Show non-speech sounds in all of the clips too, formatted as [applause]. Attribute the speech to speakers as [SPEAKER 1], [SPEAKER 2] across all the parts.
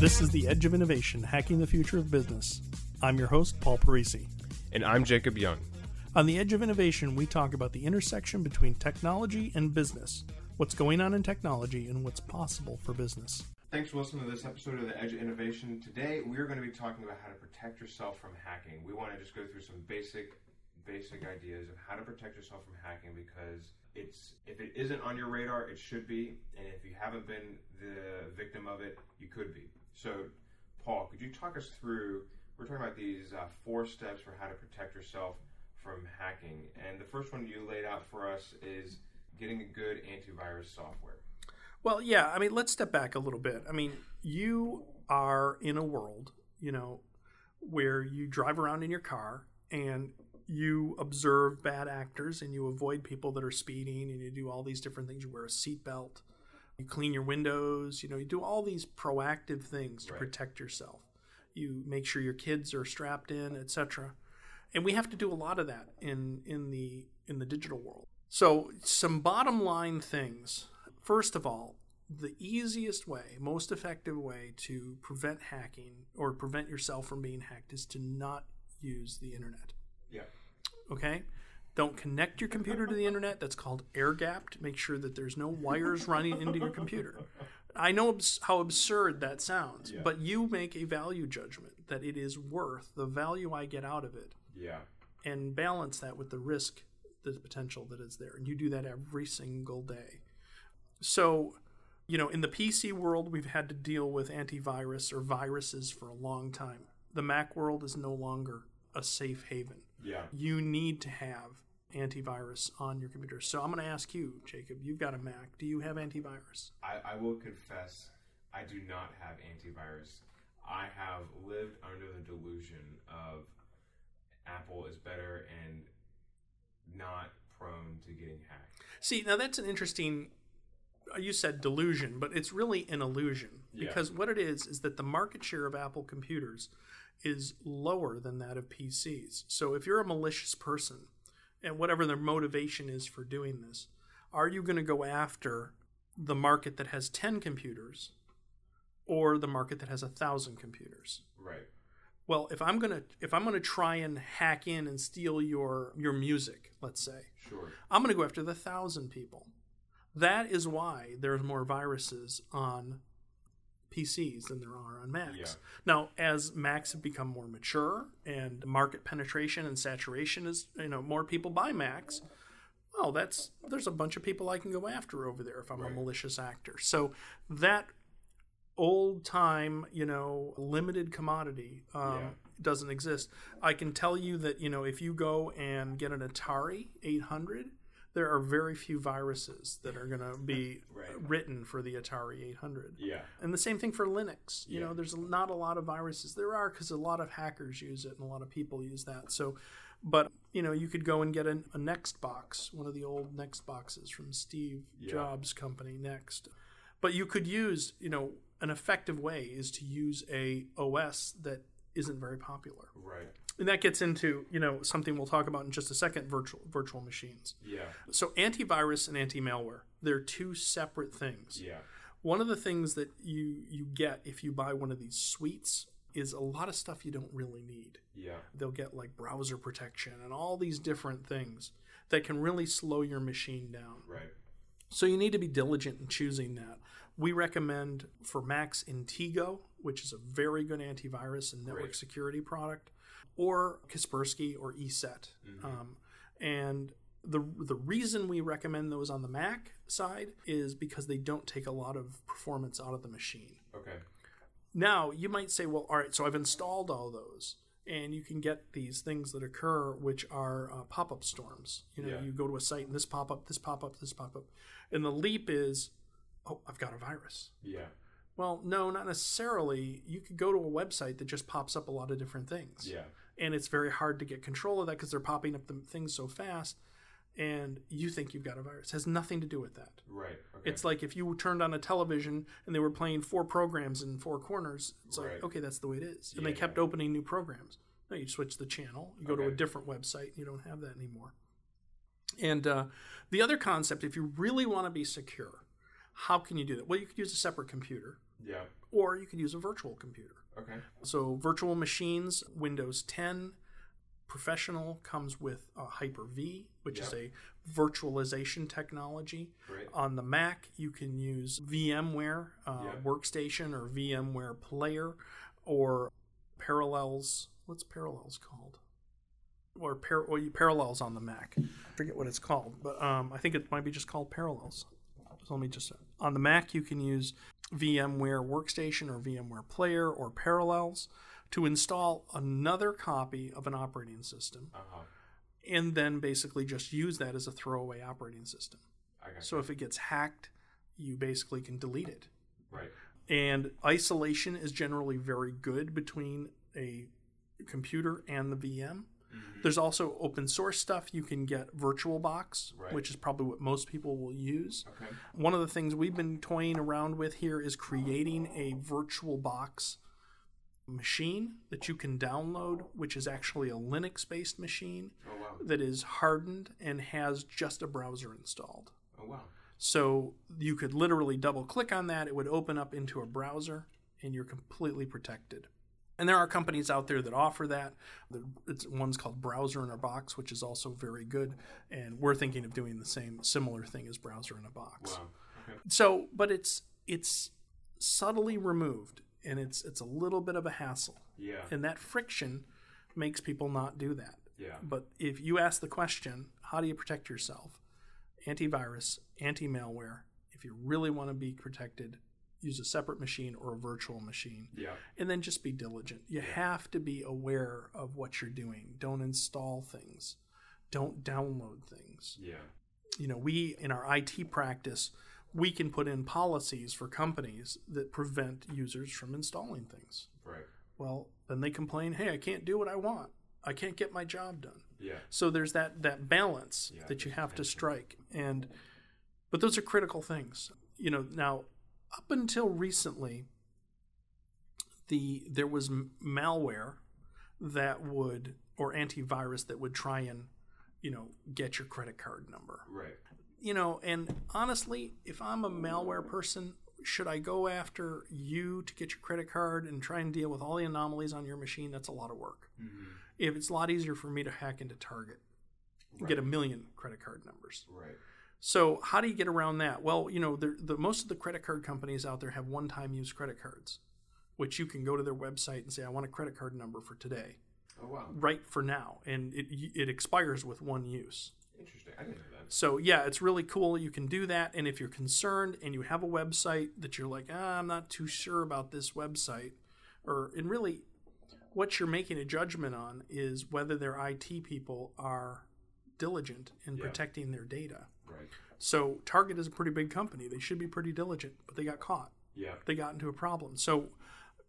[SPEAKER 1] This is The Edge of Innovation Hacking the Future of Business. I'm your host, Paul Parisi.
[SPEAKER 2] And I'm Jacob Young.
[SPEAKER 1] On The Edge of Innovation, we talk about the intersection between technology and business, what's going on in technology, and what's possible for business.
[SPEAKER 2] Thanks for listening to this episode of The Edge of Innovation. Today, we're going to be talking about how to protect yourself from hacking. We want to just go through some basic basic ideas of how to protect yourself from hacking because it's if it isn't on your radar, it should be, and if you haven't been the victim of it, you could be. So, Paul, could you talk us through? We're talking about these uh, four steps for how to protect yourself from hacking, and the first one you laid out for us is getting a good antivirus software.
[SPEAKER 1] Well, yeah, I mean, let's step back a little bit. I mean, you are in a world, you know, where you drive around in your car and you observe bad actors and you avoid people that are speeding and you do all these different things. You wear a seatbelt, you clean your windows, you know, you do all these proactive things to
[SPEAKER 2] Right.
[SPEAKER 1] protect yourself. You make sure your kids are strapped in, etc. And we have to do a lot of that in in the in the digital world. So some bottom line things. First of all, the easiest way, most effective way to prevent hacking or prevent yourself from being hacked is to not use the internet
[SPEAKER 2] Yeah.
[SPEAKER 1] okay? Don't connect your computer to the internet. That's called air gapped. Make sure that there's no wires running into your computer. I know abs- how absurd that sounds,
[SPEAKER 2] Yeah.
[SPEAKER 1] but you make a value judgment that it is worth the value I get out of it
[SPEAKER 2] Yeah.
[SPEAKER 1] and balance that with the risk, the potential that is there. And you do that every single day. So, you know, in the PC world, we've had to deal with antivirus or viruses for a long time. The Mac world is no longer a safe haven
[SPEAKER 2] Yeah.
[SPEAKER 1] you need to have antivirus on your computer. So I'm going to ask you, Jacob, you've got a Mac. Do you have antivirus?
[SPEAKER 2] I, I will confess, I do not have antivirus. I have lived under the delusion of Apple is better and not prone to getting hacked.
[SPEAKER 1] See, now that's an interesting uh, you said delusion, but it's really an illusion
[SPEAKER 2] Yeah.
[SPEAKER 1] because what it is is that the market share of Apple computers is lower than that of PCs. So if you're a malicious person and whatever their motivation is for doing this, are you going to go after the market that has 10 computers or the market that has 1000 computers?
[SPEAKER 2] Right.
[SPEAKER 1] well if i'm gonna if i'm gonna try and hack in and steal your your music let's say
[SPEAKER 2] Sure.
[SPEAKER 1] i'm gonna go after the thousand people that is why there's more viruses on pcs than there are on macs
[SPEAKER 2] Yeah.
[SPEAKER 1] now as macs have become more mature and market penetration and saturation is you know more people buy macs oh that's there's a bunch of people i can go after over there if i'm a
[SPEAKER 2] Right.
[SPEAKER 1] malicious actor so that old time, you know, limited commodity um,
[SPEAKER 2] Yeah.
[SPEAKER 1] doesn't exist. I can tell you that, you know, if you go and get an Atari 800, there are very few viruses that are going to be
[SPEAKER 2] [laughs] Right.
[SPEAKER 1] written for the Atari 800.
[SPEAKER 2] Yeah.
[SPEAKER 1] And the same thing for Linux. You
[SPEAKER 2] Yeah.
[SPEAKER 1] know, there's not a lot of viruses. There are because a lot of hackers use it and a lot of people use that. So, but you know, you could go and get an, a Next box, one of the old Next boxes from Steve
[SPEAKER 2] Yeah.
[SPEAKER 1] Jobs' company, Next. But you could use, you know, an effective way is to use a OS that isn't very popular,
[SPEAKER 2] Right.
[SPEAKER 1] and that gets into you know something we'll talk about in just a second: virtual virtual machines.
[SPEAKER 2] Yeah.
[SPEAKER 1] So, antivirus and anti-malware, they're two separate things
[SPEAKER 2] Yeah.
[SPEAKER 1] one of the things that you you get if you buy one of these suites is a lot of stuff you don't really need
[SPEAKER 2] Yeah.
[SPEAKER 1] they'll get like browser protection and all these different things that can really slow your machine down
[SPEAKER 2] Right.
[SPEAKER 1] so you need to be diligent in choosing that we recommend for macs intego which is a very good antivirus and network
[SPEAKER 2] Great.
[SPEAKER 1] security product or kaspersky or E eset um, and the the reason we recommend those on the mac side is because they don't take a lot of performance out of the machine
[SPEAKER 2] Okay.
[SPEAKER 1] now you might say well all right so i've installed all those and you can get these things that occur which are uh, pop-up storms you know
[SPEAKER 2] Yeah.
[SPEAKER 1] you go to a site and this pop-up this pop-up this pop-up and the leap is oh i've got a virus
[SPEAKER 2] Yeah.
[SPEAKER 1] well no not necessarily you could go to a website that just pops up a lot of different things
[SPEAKER 2] Yeah.
[SPEAKER 1] and it's very hard to get control of that because they're popping up the things so fast and you think you've got a virus it has nothing to do with that
[SPEAKER 2] Right. Okay.
[SPEAKER 1] it's like if you turned on a television and they were playing four programs in four corners, it's like,
[SPEAKER 2] Right.
[SPEAKER 1] okay, that's the way it is. And they
[SPEAKER 2] Yeah.
[SPEAKER 1] kept opening new programs. No, you switch the channel, you go to a
[SPEAKER 2] Okay.
[SPEAKER 1] different website, and you don't have that anymore. And uh, the other concept, if you really want to be secure, how can you do that? Well, you could use a separate computer
[SPEAKER 2] yeah.
[SPEAKER 1] or you could use a virtual computer.
[SPEAKER 2] Okay.
[SPEAKER 1] So, virtual machines, Windows 10 Professional comes with uh, Hyper V, which is a
[SPEAKER 2] Yep.
[SPEAKER 1] virtualization technology.
[SPEAKER 2] Great.
[SPEAKER 1] On the Mac, you can use VMware uh,
[SPEAKER 2] Yep.
[SPEAKER 1] Workstation or VMware Player or Parallels. What's Parallels called? Or, par- or you- Parallels on the Mac. I forget what it's called, but um, I think it might be just called Parallels. So let me just on the Mac you can use VMware Workstation or VMware Player or Parallels to install another copy of an operating system
[SPEAKER 2] Uh huh.
[SPEAKER 1] and then basically just use that as a throwaway operating system.
[SPEAKER 2] I got
[SPEAKER 1] So if it gets hacked, you basically can delete it.
[SPEAKER 2] you. Right.
[SPEAKER 1] And isolation is generally very good between a computer and the VM. There's also open source stuff. You can get VirtualBox,
[SPEAKER 2] Right.
[SPEAKER 1] which is probably what most people will use.
[SPEAKER 2] Okay.
[SPEAKER 1] One of the things we've been toying around with here is creating a virtual box machine that you can download, which is actually a Linux based machine
[SPEAKER 2] Oh wow.
[SPEAKER 1] that is hardened and has just a browser installed.
[SPEAKER 2] Oh wow.
[SPEAKER 1] So you could literally double click on that, it would open up into a browser, and you're completely protected. And there are companies out there that offer that. The- It's, one's called Browser in a Box, which is also very good. And we're thinking of doing the same similar thing as Browser in a Box
[SPEAKER 2] Wow. Okay.
[SPEAKER 1] so but it's it's subtly removed and it's it's a little bit of a hassle
[SPEAKER 2] Yeah.
[SPEAKER 1] and that friction makes people not do that
[SPEAKER 2] Yeah.
[SPEAKER 1] but if you ask the question how do you protect yourself antivirus anti-malware if you really want to be protected use a separate machine or a virtual machine
[SPEAKER 2] Yeah.
[SPEAKER 1] and then just be diligent you have to be aware of what you're doing don't install things don't download things
[SPEAKER 2] Yeah.
[SPEAKER 1] you know, we in our IT practice, we can put in policies for companies that prevent users from installing things.
[SPEAKER 2] Right.
[SPEAKER 1] Well, then they complain, "Hey, I can't do what I want. I can't get my job done."
[SPEAKER 2] Yeah.
[SPEAKER 1] So there's that that balance
[SPEAKER 2] Yeah,
[SPEAKER 1] that you
[SPEAKER 2] there's
[SPEAKER 1] have to
[SPEAKER 2] tension.
[SPEAKER 1] strike and but those are critical things. You know, now up until recently the there was m- malware that would or antivirus that would try and, you know, get your credit card number
[SPEAKER 2] Right.
[SPEAKER 1] you know, and honestly, if I'm a malware person, should I go after you to get your credit card and try and deal with all the anomalies on your machine? That's a lot of work.
[SPEAKER 2] Mm-hmm.
[SPEAKER 1] If it's a lot easier for me to hack into Target, and get a million credit card numbers.
[SPEAKER 2] Right.
[SPEAKER 1] So how do you get around that? Well, you know, the, the most of the credit card companies out there have one-time use credit cards, which you can go to their website and say, "I want a credit card number for today,
[SPEAKER 2] Oh wow.
[SPEAKER 1] right for now," and it it expires with one use.
[SPEAKER 2] Interesting. I didn't know that.
[SPEAKER 1] So yeah, it's really cool. You can do that, and if you're concerned and you have a website that you're like, ah, I'm not too sure about this website, or and really, what you're making a judgment on is whether their IT people are diligent in
[SPEAKER 2] Yeah.
[SPEAKER 1] protecting their data.
[SPEAKER 2] Right.
[SPEAKER 1] So Target is a pretty big company; they should be pretty diligent, but they got caught.
[SPEAKER 2] Yeah.
[SPEAKER 1] They got into a problem. So,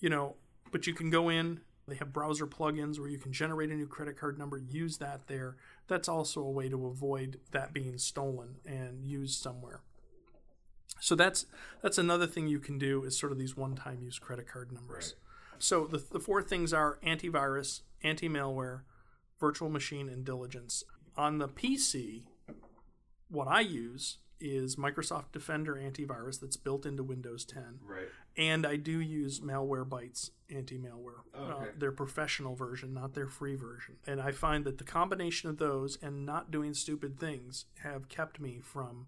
[SPEAKER 1] you know, but you can go in. They have browser plugins where you can generate a new credit card number, use that there. That's also a way to avoid that being stolen and used somewhere. So that's that's another thing you can do is sort of these one-time use credit card numbers. So the, the four things are antivirus, anti-malware, virtual machine, and diligence. On the PC, what I use is Microsoft Defender antivirus that's built into Windows 10
[SPEAKER 2] Right.
[SPEAKER 1] and I do use Malwarebytes anti-malware,
[SPEAKER 2] Oh, okay.
[SPEAKER 1] uh, their professional version, not their free version. And I find that the combination of those and not doing stupid things have kept me from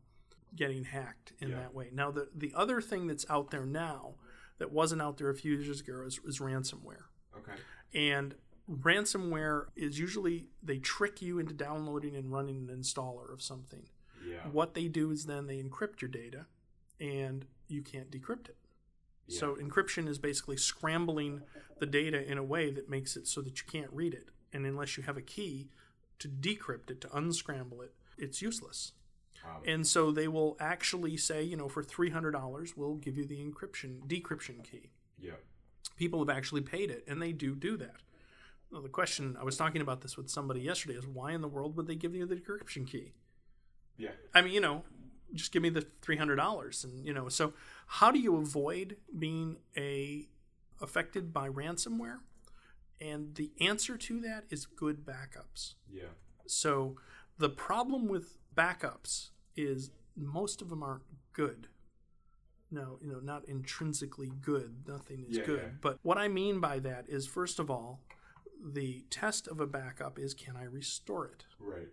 [SPEAKER 1] getting hacked in
[SPEAKER 2] Yeah.
[SPEAKER 1] that way. Now, the the other thing that's out there now that wasn't out there a few years ago is, is ransomware,
[SPEAKER 2] Okay.
[SPEAKER 1] and ransomware is usually they trick you into downloading and running an installer of something.
[SPEAKER 2] Yeah.
[SPEAKER 1] What they do is then they encrypt your data, and you can't decrypt it.
[SPEAKER 2] Yeah.
[SPEAKER 1] So encryption is basically scrambling the data in a way that makes it so that you can't read it. And unless you have a key to decrypt it, to unscramble it, it's useless.
[SPEAKER 2] Wow.
[SPEAKER 1] And so they will actually say, you know, for $300, we'll give you the encryption, decryption key.
[SPEAKER 2] yeah.
[SPEAKER 1] People have actually paid it, and they do do that. Now, the question I was talking about this with somebody yesterday is why in the world would they give you the decryption key?
[SPEAKER 2] Yeah.
[SPEAKER 1] I mean, you know, just give me the three hundred dollars, and you know. So, how do you avoid being a affected by ransomware? And the answer to that is good backups.
[SPEAKER 2] Yeah.
[SPEAKER 1] So, the problem with backups is most of them aren't good. no, you know, not intrinsically good. Nothing is
[SPEAKER 2] Yeah,
[SPEAKER 1] good.
[SPEAKER 2] yeah.
[SPEAKER 1] But what I mean by that is, first of all, the test of a backup is can I restore it?
[SPEAKER 2] Right.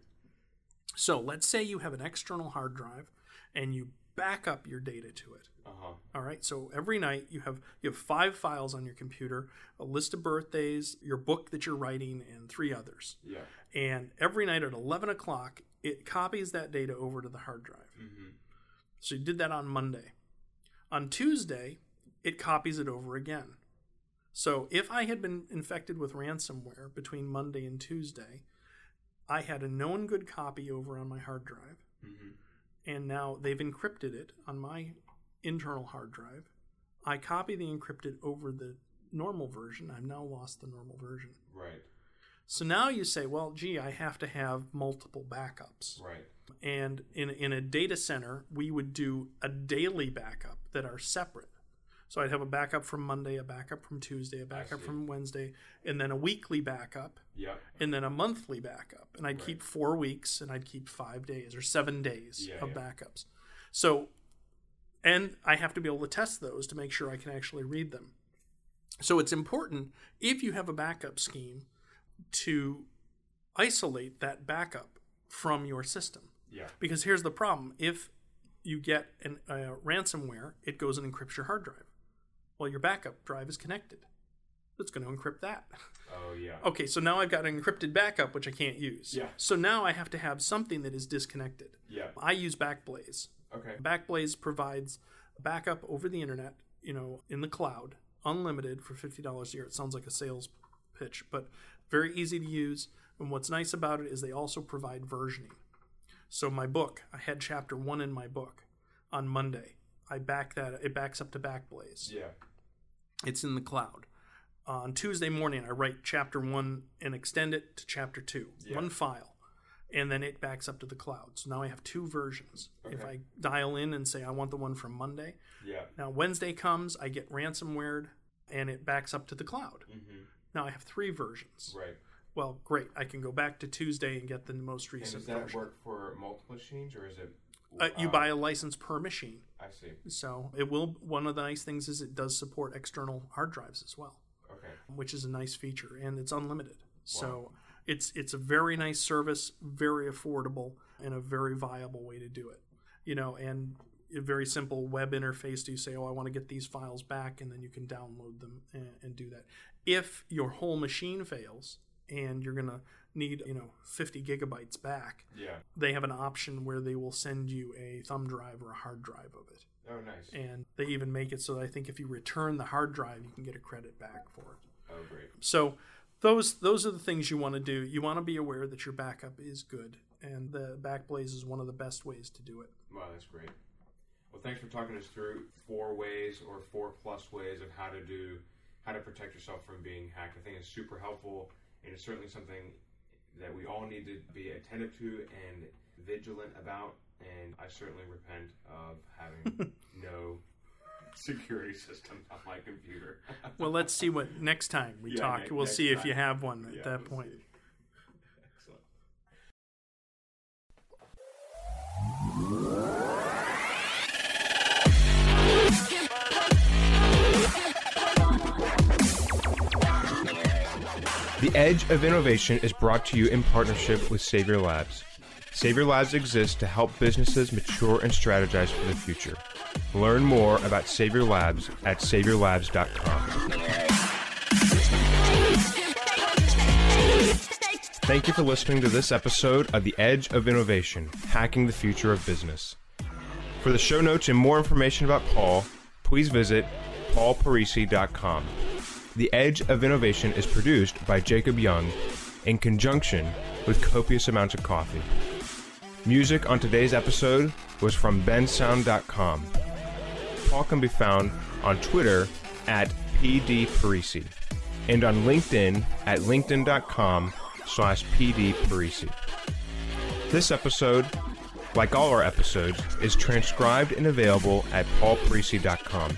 [SPEAKER 1] So let's say you have an external hard drive and you back up your data to it.
[SPEAKER 2] Uh huh.
[SPEAKER 1] All right. So every night you have you have five files on your computer, a list of birthdays, your book that you're writing, and three others.
[SPEAKER 2] Yeah.
[SPEAKER 1] And every night at eleven o'clock, it copies that data over to the hard drive.
[SPEAKER 2] Mm-hmm.
[SPEAKER 1] So you did that on Monday. On Tuesday, it copies it over again. So if I had been infected with ransomware between Monday and Tuesday, I had a known good copy over on my hard drive
[SPEAKER 2] Mm-hmm.
[SPEAKER 1] and now they've encrypted it on my internal hard drive. I copy the encrypted over the normal version. I've now lost the normal version.
[SPEAKER 2] Right.
[SPEAKER 1] So now you say, well, gee, I have to have multiple backups.
[SPEAKER 2] Right.
[SPEAKER 1] And in, in a data center, we would do a daily backup that are separate. So I'd have a backup from Monday, a backup from Tuesday, a backup
[SPEAKER 2] see.
[SPEAKER 1] from Wednesday, and then a weekly backup,
[SPEAKER 2] Yep.
[SPEAKER 1] and then a monthly backup. And I'd
[SPEAKER 2] Right.
[SPEAKER 1] keep four weeks and I'd keep five days or seven days
[SPEAKER 2] Yeah,
[SPEAKER 1] of
[SPEAKER 2] yeah.
[SPEAKER 1] backups. So, and I have to be able to test those to make sure I can actually read them. So it's important if you have a backup scheme to isolate that backup from your system.
[SPEAKER 2] Yeah.
[SPEAKER 1] Because here's the problem if you get an, uh, ransomware, it goes and encrypts your hard drive. Well, your backup drive is connected. It's going to encrypt that [laughs]
[SPEAKER 2] Oh yeah.
[SPEAKER 1] okay, so now I've got an encrypted backup which I can't use.
[SPEAKER 2] Yeah.
[SPEAKER 1] So now I have to have something that is disconnected.
[SPEAKER 2] Yeah.
[SPEAKER 1] I use Backblaze.
[SPEAKER 2] Okay.
[SPEAKER 1] Backblaze provides backup over the internet, you know, in the cloud, unlimited for $50 a year. It sounds like a sales pitch, but very easy to use. And what's nice about it is they also provide versioning. So my book, I had chapter 1 in my book on Monday. I back that it backs up to Backblaze
[SPEAKER 2] Yeah.
[SPEAKER 1] it's in the cloud. Uh, On Tuesday morning, I write chapter one and extend it to chapter two,
[SPEAKER 2] Yeah.
[SPEAKER 1] one file, and then it backs up to the cloud. So now I have two versions. If
[SPEAKER 2] Okay.
[SPEAKER 1] I dial in and say I want the one from Monday,
[SPEAKER 2] Yeah.
[SPEAKER 1] now Wednesday comes, I get ransomware and it backs up to the cloud.
[SPEAKER 2] Mm-hmm.
[SPEAKER 1] Now I have three versions.
[SPEAKER 2] Right.
[SPEAKER 1] Well, great. I can go back to Tuesday and get the most
[SPEAKER 2] And
[SPEAKER 1] recent
[SPEAKER 2] does that
[SPEAKER 1] version.
[SPEAKER 2] work for multiple machines or is it?
[SPEAKER 1] Uh, you
[SPEAKER 2] uh,
[SPEAKER 1] buy a license per machine.
[SPEAKER 2] I see.
[SPEAKER 1] So it will. One of the nice things is it does support external hard drives as well.
[SPEAKER 2] Okay.
[SPEAKER 1] which is a nice feature, and it's unlimited. So it's it's a very nice service, very affordable, and a very viable way to do it. You know, and a very simple web interface. Do you say, "Oh, I want to get these files back," and then you can download them and, and do that. If your whole machine fails and you're gonna need you know 50 gigabytes back,
[SPEAKER 2] Yeah.
[SPEAKER 1] they have an option where they will send you a thumb drive or a hard drive of it.
[SPEAKER 2] Oh, nice.
[SPEAKER 1] And they even make it so that I think if you return the hard drive, you can get a credit back for it.
[SPEAKER 2] Oh, great.
[SPEAKER 1] So those those are the things you want to do. You want to be aware that your backup is good, and the Backblaze is one of the best ways to do it.
[SPEAKER 2] Wow, that's great. Well, thanks for talking us through four ways or four plus ways of how to do how to protect yourself from being hacked. I think it's super helpful, and it's certainly something that we all need to be attentive to and vigilant about. And I certainly repent of having no security system on my computer.
[SPEAKER 1] Well, let's see what next time we
[SPEAKER 2] Yeah,
[SPEAKER 1] talk.
[SPEAKER 2] ne-
[SPEAKER 1] we'll
[SPEAKER 2] next
[SPEAKER 1] see if you
[SPEAKER 2] time.
[SPEAKER 1] have one at
[SPEAKER 2] Yeah,
[SPEAKER 1] that
[SPEAKER 2] we'll
[SPEAKER 1] point.
[SPEAKER 2] see. Excellent. The Edge of Innovation is brought to you in partnership with Savior Labs. Savior Labs exists to help businesses mature and strategize for the future. Learn more about Savior Labs at saviorlabs.com. Thank you for listening to this episode of The Edge of Innovation Hacking the Future of Business. For the show notes and more information about Paul, please visit paulparisi.com. The Edge of Innovation is produced by Jacob Young in conjunction with copious amounts of coffee. Music on today's episode was from bensound.com. Paul can be found on Twitter at pdparisi and on LinkedIn at linkedin.com slash pdparisi. This episode, like all our episodes, is transcribed and available at paulparisi.com.